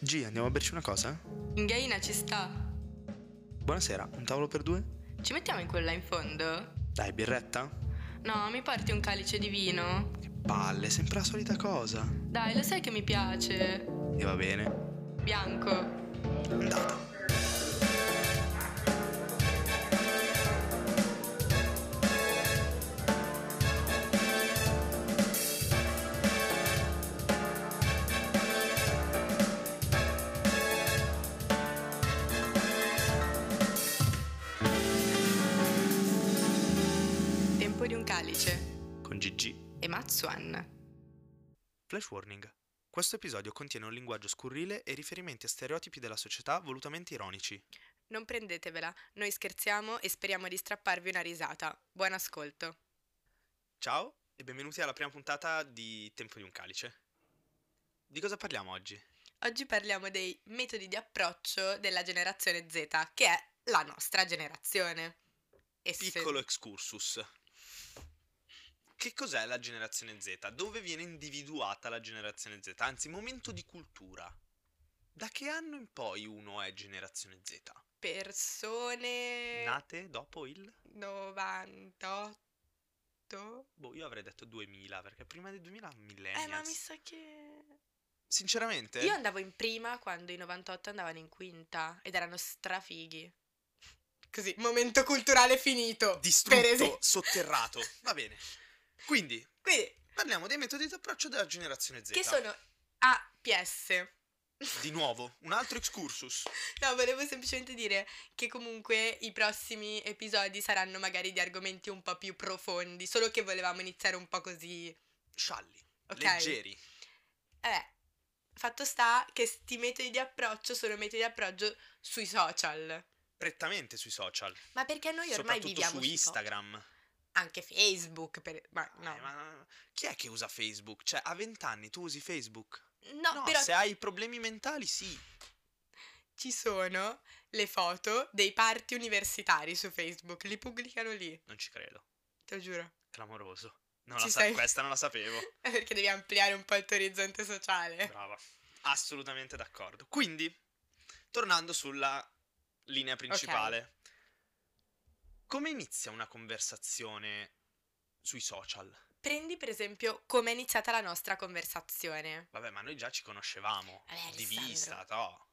G, andiamo a berci una cosa? Inghaina ci sta. Buonasera, un tavolo per due? Ci mettiamo in quella in fondo? Dai, birretta? No, mi porti un calice di vino? Che palle, sempre la solita cosa. Dai, lo sai che mi piace. E va bene. Bianco. Andata. Tempo di un calice. Con GG. E Matsuan. Flash warning. Questo episodio contiene un linguaggio scurrile e riferimenti a stereotipi della società volutamente ironici. Non prendetevela, noi scherziamo e speriamo di strapparvi una risata. Buon ascolto. Ciao e benvenuti alla prima puntata di Tempo di un calice. Di cosa parliamo oggi? Oggi parliamo dei metodi di approccio della generazione Z, che è la nostra generazione. E se- Piccolo excursus. Che cos'è la generazione Z? Dove viene individuata la generazione Z? Anzi, momento di cultura. Da che anno in poi uno è generazione Z? persone Nate dopo il... 98. Boh, io avrei detto 2000, perché prima del 2000 millennials. Eh, ma mi sa che Sinceramente... Io andavo in prima quando i 98 andavano in quinta ed erano strafighi. Così, momento culturale finito. per distrutto, esempio. sotterrato. Va bene. Quindi, Quindi, parliamo dei metodi di approccio della generazione Z. che sono APS. Di nuovo, un altro excursus. No, volevo semplicemente dire che comunque i prossimi episodi saranno magari di argomenti un po' più profondi, solo che volevamo iniziare un po' così. Scialli, Ok. leggeri. Vabbè, fatto sta che sti metodi di approccio sono metodi di approccio sui social. Prettamente sui social. Ma perché noi ormai soprattutto viviamo su sui social. Instagram. Anche Facebook, per... ma no. Eh, ma chi è che usa Facebook? Cioè, a 20 anni tu usi Facebook? No, però se hai problemi mentali, sì. ci sono le foto dei party universitari su Facebook, li pubblicano lì, Non ci credo. te lo giuro. Clamoroso. Non Ci la sa- sei? questa non la sapevo. È Perché devi ampliare un po' il tuo orizzonte sociale. Brava, assolutamente d'accordo. Quindi, tornando sulla linea principale, come inizia una conversazione sui social? Prendi per esempio come è iniziata la nostra conversazione. Vabbè, ma noi già ci conoscevamo Vabbè, di Alessandro. vista, no?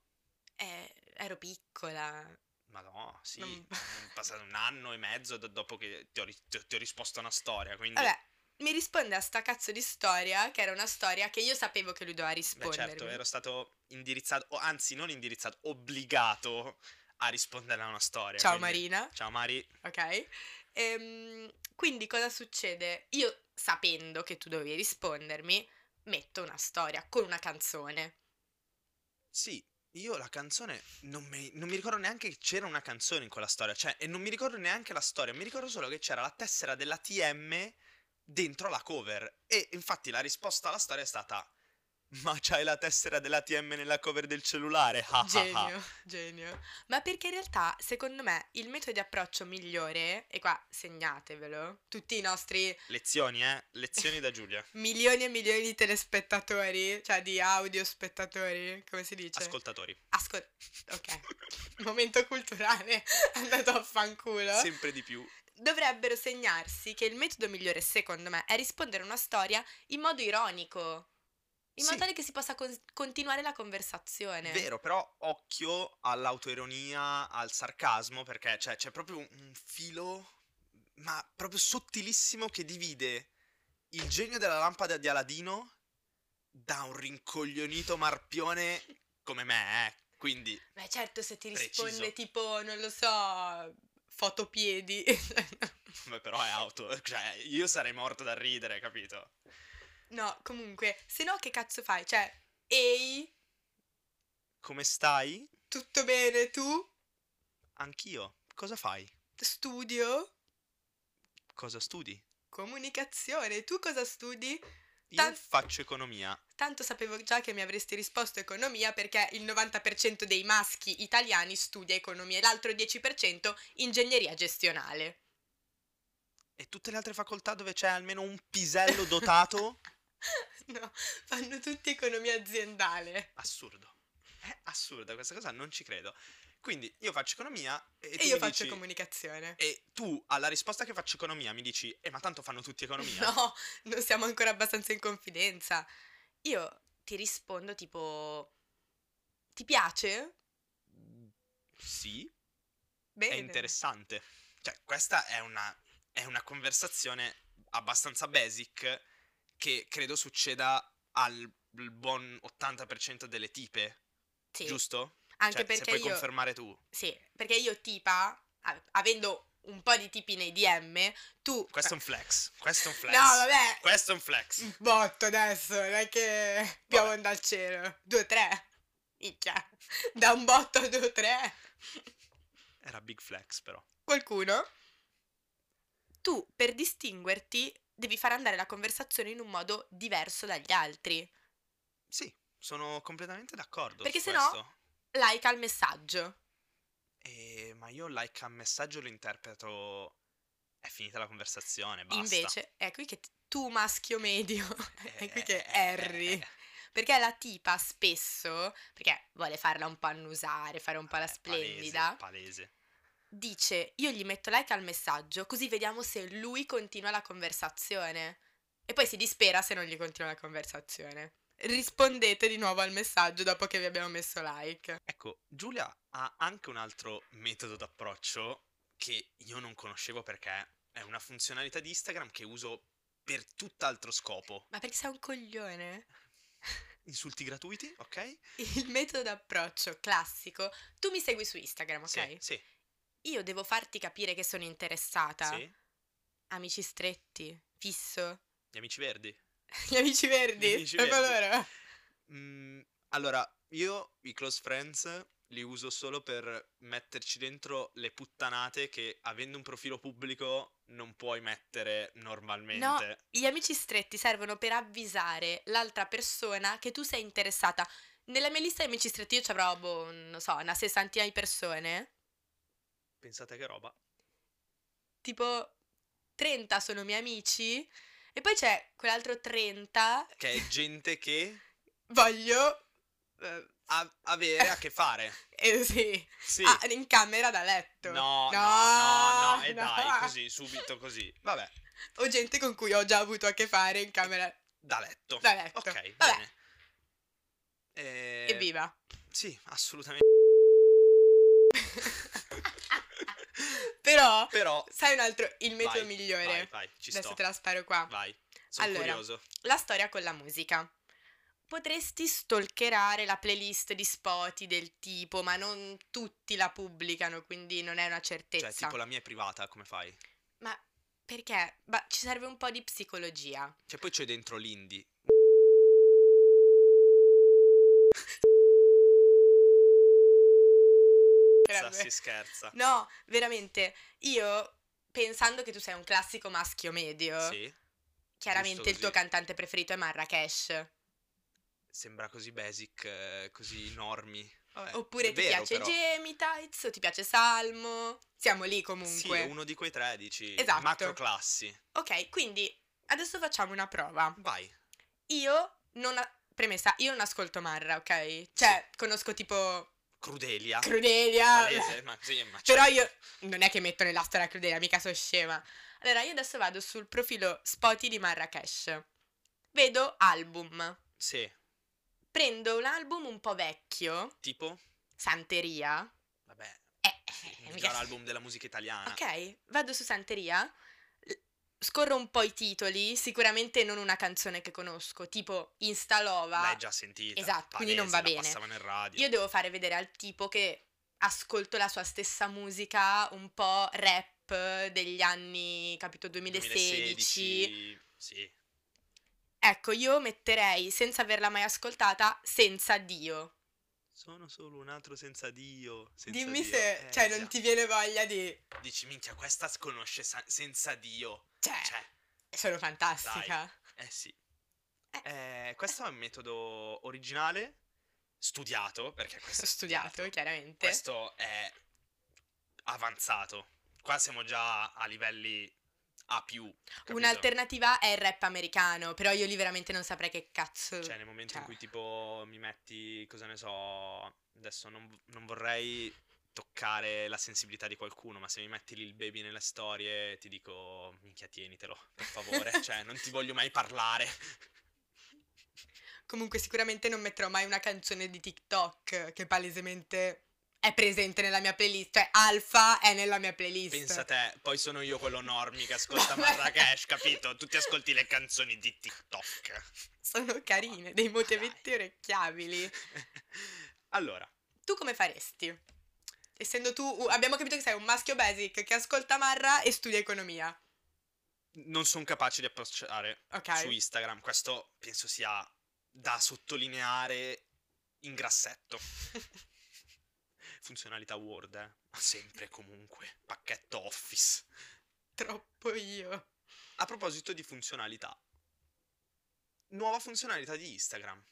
Eh, ero piccola. Ma no, sì, Non- è passato un anno e mezzo da- dopo che ti ho, ri- ti ho- ti ho risposto a una storia, quindi... Vabbè, mi risponde a sta cazzo di storia, che era una storia che io sapevo che lui doveva Beh, rispondermi. certo, ero stato indirizzato, o anzi non indirizzato, obbligato a rispondere a una storia. Ciao quindi- Marina. Ciao Mari. ok? Ehm, quindi cosa succede? Io, sapendo che tu dovevi rispondermi, metto una storia con una canzone. Sì, io la canzone non mi, non mi ricordo neanche che c'era una canzone in quella storia, cioè, e non mi ricordo neanche la storia, mi ricordo solo che c'era la tessera della TM dentro la cover. E infatti la risposta alla storia è stata: Ma c'hai la tessera della TM nella cover del cellulare? Ah, ah, ah." Genio, genio. Ma perché in realtà, secondo me, il metodo di approccio migliore, e qua segnatevelo, tutti i nostri Lezioni, eh? Lezioni da Giulia. milioni e milioni di telespettatori, cioè di audio spettatori, come si dice? Ascoltatori. Ascol- Cioè, ok. Momento culturale, andato a fanculo. Sempre di più. dovrebbero segnarsi che il metodo migliore, secondo me, è rispondere a una storia in modo ironico. In Sì. modo tale che si possa con- continuare la conversazione. Vero, però occhio all'autoironia, al sarcasmo, perché cioè, c'è proprio un- un filo, ma proprio sottilissimo, che divide il genio della lampada di Aladino da un rincoglionito marpione come me, eh. Quindi, Beh, certo, se ti Preciso. risponde tipo, non lo so, fotopiedi. vabbè, però è auto, cioè, io sarei morto da ridere, capito? no, comunque, se no che cazzo fai? Cioè, ehi, Come stai? tutto bene tu? Anch'io. Cosa fai? Studio? Cosa studi? Comunicazione, tu cosa studi? Io Tan- faccio economia. Tanto sapevo già che mi avresti risposto economia perché il 90% dei maschi italiani studia economia e l'altro 10% ingegneria gestionale. E tutte le altre facoltà dove c'è almeno un pisello dotato? no, fanno tutti economia aziendale. Assurdo. È assurda questa cosa, non ci credo. Quindi io faccio economia e, E, tu io mi faccio dici- comunicazione. E tu alla risposta che faccio economia mi dici, eh ma tanto fanno tutti economia. No, non siamo ancora abbastanza in confidenza. Io ti rispondo tipo... Ti piace? Sì, Bene. è interessante. Cioè, questa è una, è una conversazione abbastanza basic che credo succeda al buon 80% delle tipe, Sì, giusto? Cioè, Anche se perché puoi io... confermare tu. Sì, perché io tipa, a- avendo un po' di tipi nei DM, tu... Questo è un flex, questo è un flex. No, vabbè, Questo è un flex. un botto adesso, non è che piovono dal cielo. Due, tre. Minchia. Da un botto a due, tre. Era big flex però. Qualcuno? Tu, per distinguerti, devi far andare la conversazione in un modo diverso dagli altri. Sì, sono completamente d'accordo Perché su se no- questo. Like al messaggio. Eh, ma io like a messaggio lo interpreto... È finita la conversazione, basta. Invece, è qui che t- tu, maschio medio, è qui che Eh, erri. eh, Perché la tipa spesso, perché vuole farla un po' annusare, fare un po' la eh, palese, splendida, Palese. dice io gli metto like al messaggio così vediamo se lui continua la conversazione. E poi si dispera se non gli continua la conversazione. Rispondete di nuovo al messaggio dopo che vi abbiamo messo like. Ecco, Giulia ha anche un altro metodo d'approccio che io non conoscevo perché è una funzionalità di Instagram che uso per tutt'altro scopo. Ma perché sei un coglione? Insulti gratuiti, ok? Il metodo d'approccio classico. Tu mi segui su Instagram, ok? Sì, sì, Io devo farti capire che sono interessata. sì. Amici stretti, fisso. Gli amici verdi. Gli amici verdi, Gli amici proprio verdi. loro. Mm, allora, io i close friends li uso solo per metterci dentro le puttanate che avendo un profilo pubblico non puoi mettere normalmente. Gli amici stretti servono per avvisare l'altra persona che tu sei interessata. Nella mia lista di amici stretti io ci avrò, boh, non so, una sessantina di persone. Pensate che roba. Tipo 30 sono miei amici e poi c'è quell'altro 30 Che è gente che voglio... eh, ha avere a che fare. eh, sì. Sì. Ah, in camera da letto. No, no, no, no, e no. dai, così, subito così. Vabbè, O gente con cui ho già avuto a che fare in camera da letto. da letto. Ok, Vabbè, bene. Eh, evviva. Sì, assolutamente. Però, Però, sai un altro, il metodo Eh. Vai, migliore. vai, vai, ci Adesso sto. te la sparo qua. Vai, sono Allora. curioso. Cioè, La storia con la musica. Potresti stalkerare la playlist di spoti del tipo, ma non tutti la pubblicano, quindi non è una certezza. Cioè, tipo la mia è privata, come fai? Ma perché? Ma ci serve un po' di psicologia. Cioè, poi c'è dentro l'indie. Sa, Sarebbe- si scherza. No, veramente, io pensando che tu sei un classico maschio medio, Sì, chiaramente il giusto tuo così. cantante preferito è Marrakesh. sembra così basic, eh, così normi. Vabbè, Oppure è ti vero, piace però. Gemitites o ti piace Salmo. Siamo lì Sì, comunque. uno di quei 13 Esatto. macro classi. Ok, quindi adesso facciamo una prova. Vai. Io non. a- Premessa, io non ascolto Marra, ok? Cioè, conosco tipo Crudelia. Crudelia. Ah, Palese, ma sì, ma Però certo. io non è che metto nella storia Crudelia, mica sono scema. Allora, io adesso vado sul profilo Spoti di Marrakesh. Vedo album. Sì, Prendo un album un po' vecchio, tipo, Santeria. vabbè, Eh, il eh, miglior mica- album della musica italiana. Ok, vado su Santeria, l- scorro un po' i titoli, sicuramente non una canzone che conosco, tipo Instalova. L'hai già sentita. Esatto, quindi palese, non va la bene. passava nel radio. Io devo fare vedere al tipo che ascolto la sua stessa musica, un po' rap degli anni, capito, 2016. 2016, Sì. Ecco, io metterei, senza averla mai ascoltata, Senza Dio. Sono solo un altro senza Dio. senza Dimmi Dio. se, Eh, cioè, già. non ti viene voglia di... Dici, minchia, questa sconosce sa- senza Dio. Cioè, Cioè, sono fantastica. eh sì. Eh, questo è un metodo originale, studiato, perché questo Ho è studiato, chiaramente. Questo è avanzato. Qua siamo già a livelli ha più. capito? Un'alternativa è il rap americano, però io lì veramente non saprei che cazzo. Cioè, nel momento in cioè. cui tipo mi metti, cosa ne so, adesso non, non vorrei toccare la sensibilità di qualcuno, ma se mi metti Lil Baby nelle storie ti dico, minchia tienitelo, per favore, cioè non ti voglio mai parlare. Comunque sicuramente non metterò mai una canzone di TikTok che palesemente è presente nella mia playlist, cioè Alfa è nella mia playlist. Pensa te, poi sono io quello normi che ascolta Marrakesh, capito? Tu ti ascolti le canzoni di TikTok. Sono carine, dei Ma dai. motivetti orecchiabili. Allora, Tu come faresti? Essendo tu, uh, abbiamo capito che sei un maschio basic che ascolta Marra e studia economia, non sono capace di approcciare ok? su Instagram. Questo penso sia da sottolineare in grassetto. Funzionalità Word, eh? Ma sempre e comunque. Pacchetto Office. Troppo io. A proposito di funzionalità, nuova funzionalità di Instagram.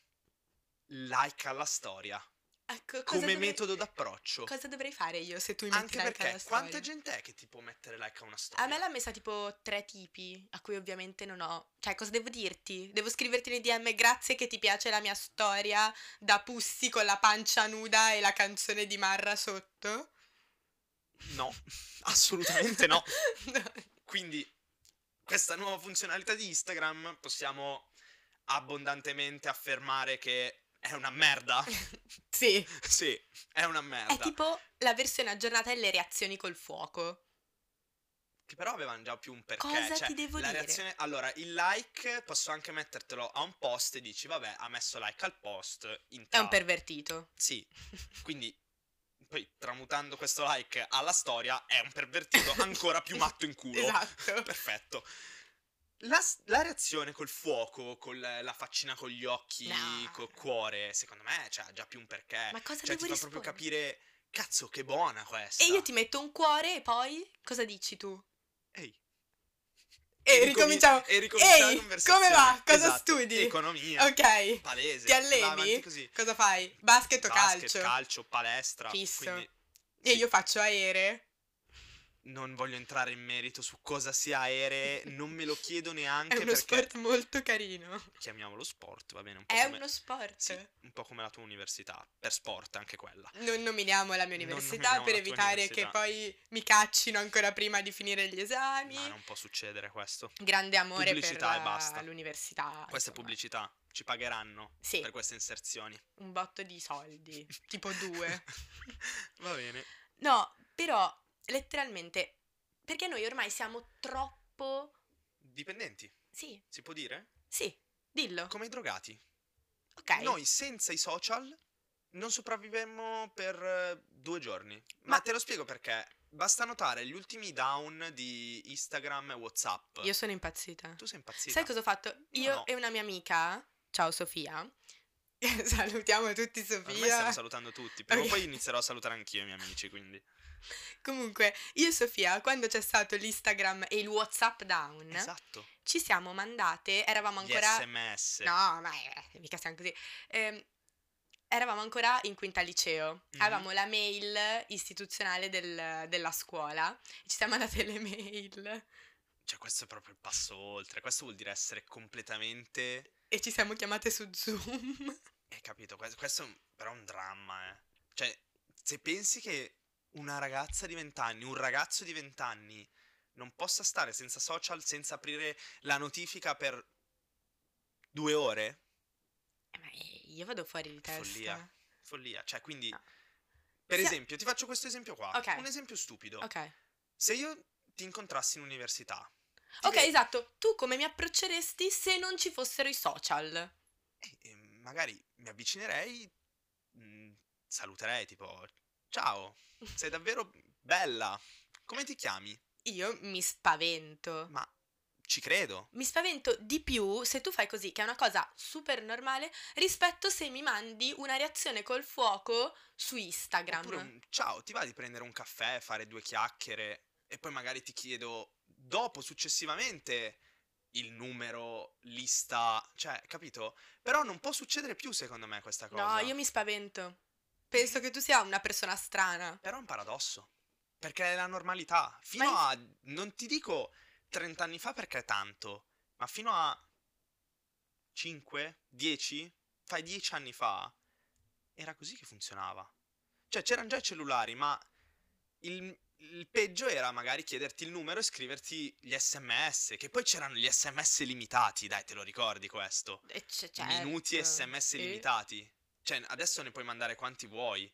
Like alla storia. Ecco, cosa Come dovrei- metodo d'approccio. Cosa dovrei fare io se tu mi metti Anche like alla perché storia? quanta gente è che ti può mettere like a una storia? A me l'ha messa tipo tre tipi, a cui ovviamente non ho. Cioè, cosa devo dirti? Devo scriverti nei DM grazie che ti piace la mia storia da pussi con la pancia nuda e la canzone di Marra sotto? No, assolutamente no. No. Quindi, questa nuova funzionalità di Instagram possiamo abbondantemente affermare che è una merda. sì. sì, è una merda. È tipo la versione aggiornata e le reazioni col fuoco. Che però avevano già più un perché. Cosa cioè, ti devo la dire? reazione- Allora, il like posso anche mettertelo a un post e dici, vabbè, ha messo like al post. In È tra- un pervertito. Sì, quindi... Poi tramutando questo like alla storia è un pervertito ancora più matto in culo. Esatto. Perfetto. La, s- la reazione col fuoco, con la la faccina con gli occhi, No. col cuore, secondo me c'ha già più un perché. Ma cosa cioè, ti devo fa proprio rispondere? capire, cazzo, che buona questa. E io ti metto un cuore e poi cosa dici tu? Ehi. E ricomin- ricominciamo. E ricomincia Ehi, la conversazione. come va? Cosa Esatto. studi? Economia. Ok. Palese. Ti va alleni? avanti così. Cosa fai? Basket o Basket, calcio? calcio, palestra. Fisso. Quindi E io faccio aeree. non voglio entrare in merito su cosa sia aeree, non me lo chiedo neanche È uno perché sport molto carino. chiamiamolo sport, va bene, un po' È come- uno sport. Sì, un po' come la tua università, per sport anche quella. Non nominiamo la mia Non università nominiamo per la tua evitare che università. poi mi caccino ancora prima di finire gli esami. Ma non può succedere questo. Grande amore Pubblicità per e basta. l'università. Questa è Ah, insomma. pubblicità, ci pagheranno Sì. per queste inserzioni. Un botto di soldi, tipo due. Va bene. No, però letteralmente perché noi ormai siamo troppo Dipendenti, Sì, si può dire? sì, dillo. Come i drogati. Ah. ok. Noi senza i social non sopravvivemmo per eh, due giorni. Ma, Ma- te lo spiego perché. Basta notare gli ultimi down di Instagram e WhatsApp. Io sono impazzita. Tu sei impazzita. Sai cosa ho fatto? Io Io no. e una mia amica, ciao Sofia. Salutiamo tutti Ormai stiamo Sofia. salutando tutti. Prima o Ok. poi inizierò a salutare anch'io i miei amici, quindi. Comunque, io e Sofia, quando c'è stato l'Instagram e il WhatsApp down, Esatto. ci siamo mandate, eravamo Gli ancora SMS. No, ma eh, mica siamo così. Ehm, eravamo ancora in quinta liceo, Mhm. avevamo la mail istituzionale del- della scuola, ci siamo mandate le mail Cioè, questo è proprio il passo oltre. Questo vuol dire essere completamente. e ci siamo chiamate su Zoom. Eh, capito? Questo, questo è un- però è un dramma, eh. Cioè, se pensi che una ragazza di 20 anni, un ragazzo di 20 anni, non possa stare senza social, senza aprire la notifica per due ore, Eh, Ma eh, io vado fuori di testa. Follia. follia. Cioè, quindi. No. Per Sia- esempio, ti faccio questo esempio qua. Ok. Un esempio stupido. Ok. Se io ti incontrassi in università. ti Ok, ve- esatto. Tu come mi approcceresti se non ci fossero i social? Eh, eh, magari mi avvicinerei, mh, saluterei tipo, ciao, sei davvero bella, come ti chiami? Io mi spavento. Ma ci credo. Mi spavento di più se tu fai così, che è una cosa super normale, rispetto se mi mandi una reazione col fuoco su Instagram. Oppure un ciao, ti va di prendere un caffè, fare due chiacchiere e poi magari ti chiedo dopo, successivamente, il numero, lista, cioè, capito? Però non può succedere più secondo me questa cosa. No, io mi spavento. Penso che tu sia una persona strana. Però è un paradosso. Perché è la normalità. Fino Ma a. Non ti dico 30 anni fa perché è tanto, ma fino a 5, 10, fai 10 anni fa, era così che funzionava. Cioè c'erano già i cellulari, ma il, il peggio era magari chiederti il numero e scriverti gli sms, che poi c'erano gli sms limitati, dai, te lo ricordi questo? E c- cioè, Minuti certo, sms sì. limitati. Cioè, adesso ne puoi mandare quanti vuoi.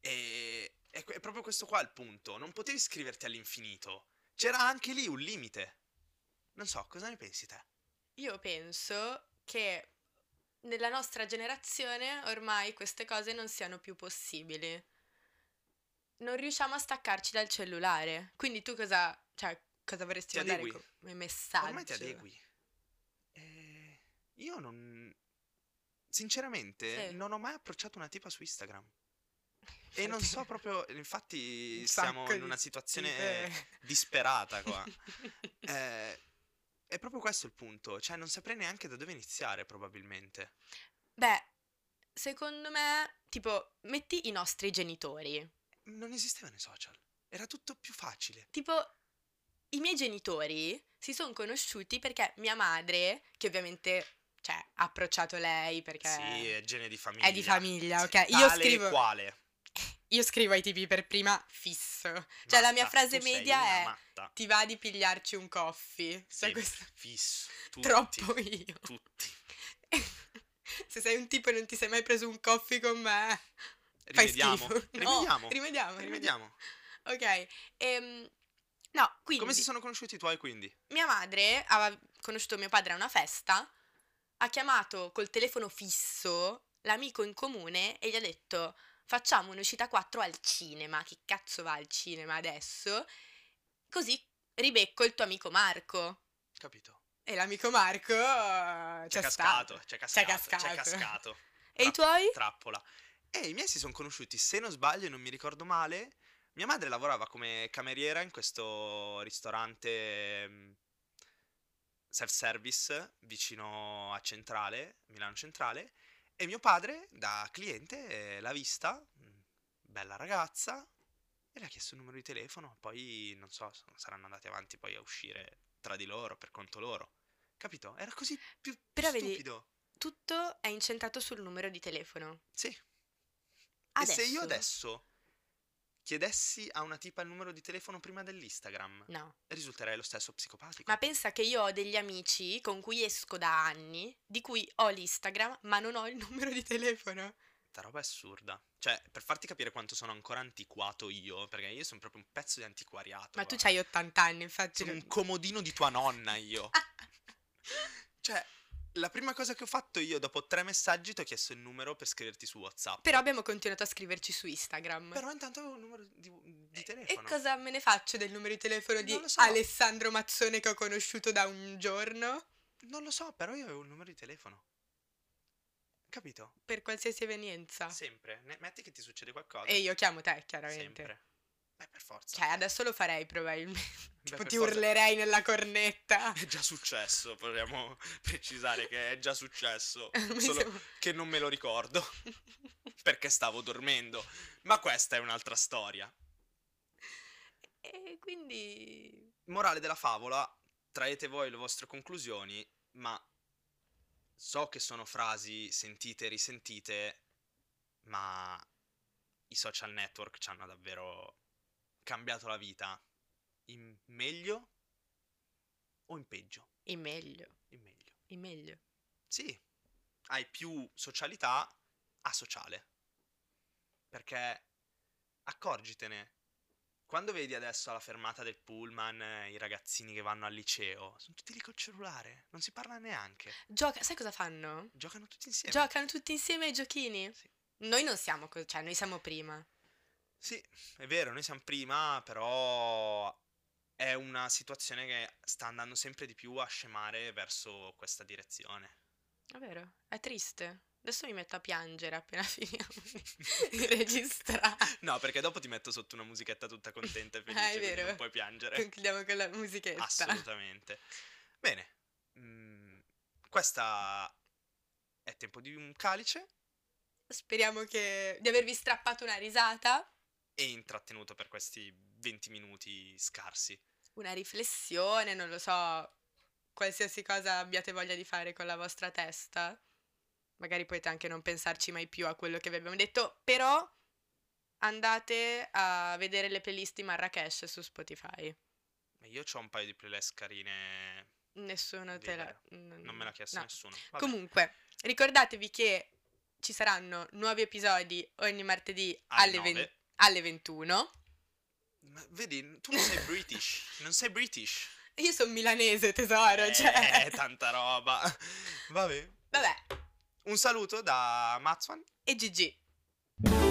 E è, que- è proprio questo qua il punto. Non potevi scriverti all'infinito. C'era anche lì un limite. Non so, cosa ne pensi te? Io penso che nella nostra generazione ormai queste cose non siano più possibili. Non riusciamo a staccarci dal cellulare. Quindi tu cosa, cioè, cosa vorresti Ti mandare adegui. come messaggio? Ormai ti adegui. Eh, io non... Sinceramente, Sì. non ho mai approcciato una tipa su Instagram. Perché? E non so proprio... Infatti, Un siamo sacco in di una situazione eh, tipe. disperata qua. Eh, è proprio questo il punto, cioè non saprei neanche da dove iniziare probabilmente. Beh, secondo me, tipo, metti i nostri genitori. Non esistevano i social, era tutto più facile. Tipo, i miei genitori si sono conosciuti perché mia madre, che ovviamente, cioè, ha approcciato lei perché Sì, è gene di famiglia. è di famiglia, Sì, ok? Io tale e scrivo, quale. io scrivo ai tipi per prima fisso. Cioè, la mia Matta, frase tu sei media una è- matta. Ti va di pigliarci un coffee? Cioè, Sì, questo- fisso. Tutti, Troppo io. Tutti. Se sei un tipo e non ti sei mai preso un coffee con me, fai Rimediamo. schifo. No, Rimediamo. rimediamo. Rimediamo. Ok. ehm, no, quindi... Come si sono conosciuti i tuoi quindi? mia madre aveva conosciuto mio padre a una festa, ha chiamato col telefono fisso l'amico in comune e gli ha detto facciamo un'uscita a quattro al cinema, che cazzo va al cinema adesso? Così ribecco il tuo amico Marco. Capito. E l'amico Marco eh, C'è c'è cascato, stato. c'è cascato, cascato. c'è cascato. E i tuoi? trappola. E i miei si sono conosciuti, se non sbaglio, e non mi ricordo male. Mia madre lavorava come cameriera in questo ristorante mm, self-service vicino a Centrale, Milano Centrale. E mio padre, da cliente, eh, l'ha vista, mm, bella ragazza, e le ha chiesto il numero di telefono. Poi, non so, s- saranno andati avanti poi a uscire tra di loro, per conto loro. Capito? Era così più, più Però vedi- stupido. Tutto è incentrato sul numero di telefono. Sì. E se Adesso? io adesso chiedessi a una tipa il numero di telefono prima dell'Instagram, No. risulterei lo stesso psicopatico. Ma pensa che io ho degli amici con cui esco da anni, di cui ho l'Instagram, ma non ho il numero di telefono. Questa roba è assurda. Cioè, per farti capire quanto sono ancora antiquato io, perché io sono proprio un pezzo di antiquariato. Ma tu guarda. c'hai 80 anni, infatti. Sono non- un comodino di tua nonna io. cioè, la prima cosa che ho fatto io dopo tre messaggi ti ho chiesto il numero per scriverti su WhatsApp. Però abbiamo continuato a scriverci su Instagram. Però intanto avevo il numero di, di e telefono. cosa me ne faccio del numero di telefono di Non lo so. Alessandro Mazzone che ho conosciuto da un giorno? Non lo so, però io avevo il numero di telefono. Capito? Per qualsiasi evenienza. Sempre. Ne- metti che ti succede qualcosa. Ah. E io chiamo te, chiaramente. Sempre. Beh, per forza. Cioè, adesso lo farei probabilmente. Beh, Tipo, per ti forza. urlerei nella cornetta. È già successo, vogliamo precisare che è già successo, Ormai solo siamo- che non me lo ricordo perché stavo dormendo, ma questa è un'altra storia. e quindi. Morale della favola, traete voi le vostre conclusioni, ma so che sono frasi sentite e risentite, ma i social network ci hanno davvero cambiato la vita in meglio o in peggio? Il meglio. In meglio. Il meglio. Sì, hai più socialità a sociale. Perché accorgitene. Quando vedi adesso alla fermata del pullman eh, i ragazzini che vanno al liceo, sono tutti lì col cellulare, non si parla neanche. Gioca, sai cosa fanno? Giocano tutti insieme. Giocano tutti insieme ai giochini? Sì. Noi non siamo così, cioè noi siamo prima. Sì, è vero, noi siamo prima, però è una situazione che sta andando sempre di più a scemare verso questa direzione. È vero, è triste. Adesso mi metto a piangere appena finiamo di- di registrare. No, perché dopo ti metto sotto una musichetta tutta contenta e Ah, è felice, quindi vero. non puoi piangere. Concludiamo con la musichetta. Assolutamente. Bene, mm, questa è tempo di un calice Speriamo che... di avervi strappato una risata. e intrattenuto per questi 20 minuti scarsi. una riflessione, non lo so, qualsiasi cosa abbiate voglia di fare con la vostra testa. Magari potete anche non pensarci mai più a quello che vi abbiamo detto, però andate a vedere le playlist di Marrakesh su Spotify. Io ho un paio di playlist carine. Nessuno te la... Non me l'ha chiesto no. nessuno. Vabbè. Comunque, ricordatevi che ci saranno nuovi episodi ogni martedì Alle alle, ven- nove. alle 21. Ma vedi, tu non sei british. non sei british. E Io sono milanese, tesoro, cioè. Eh, tanta roba. Vabbè. Vabbè, Un saluto da Mazwan. e GG.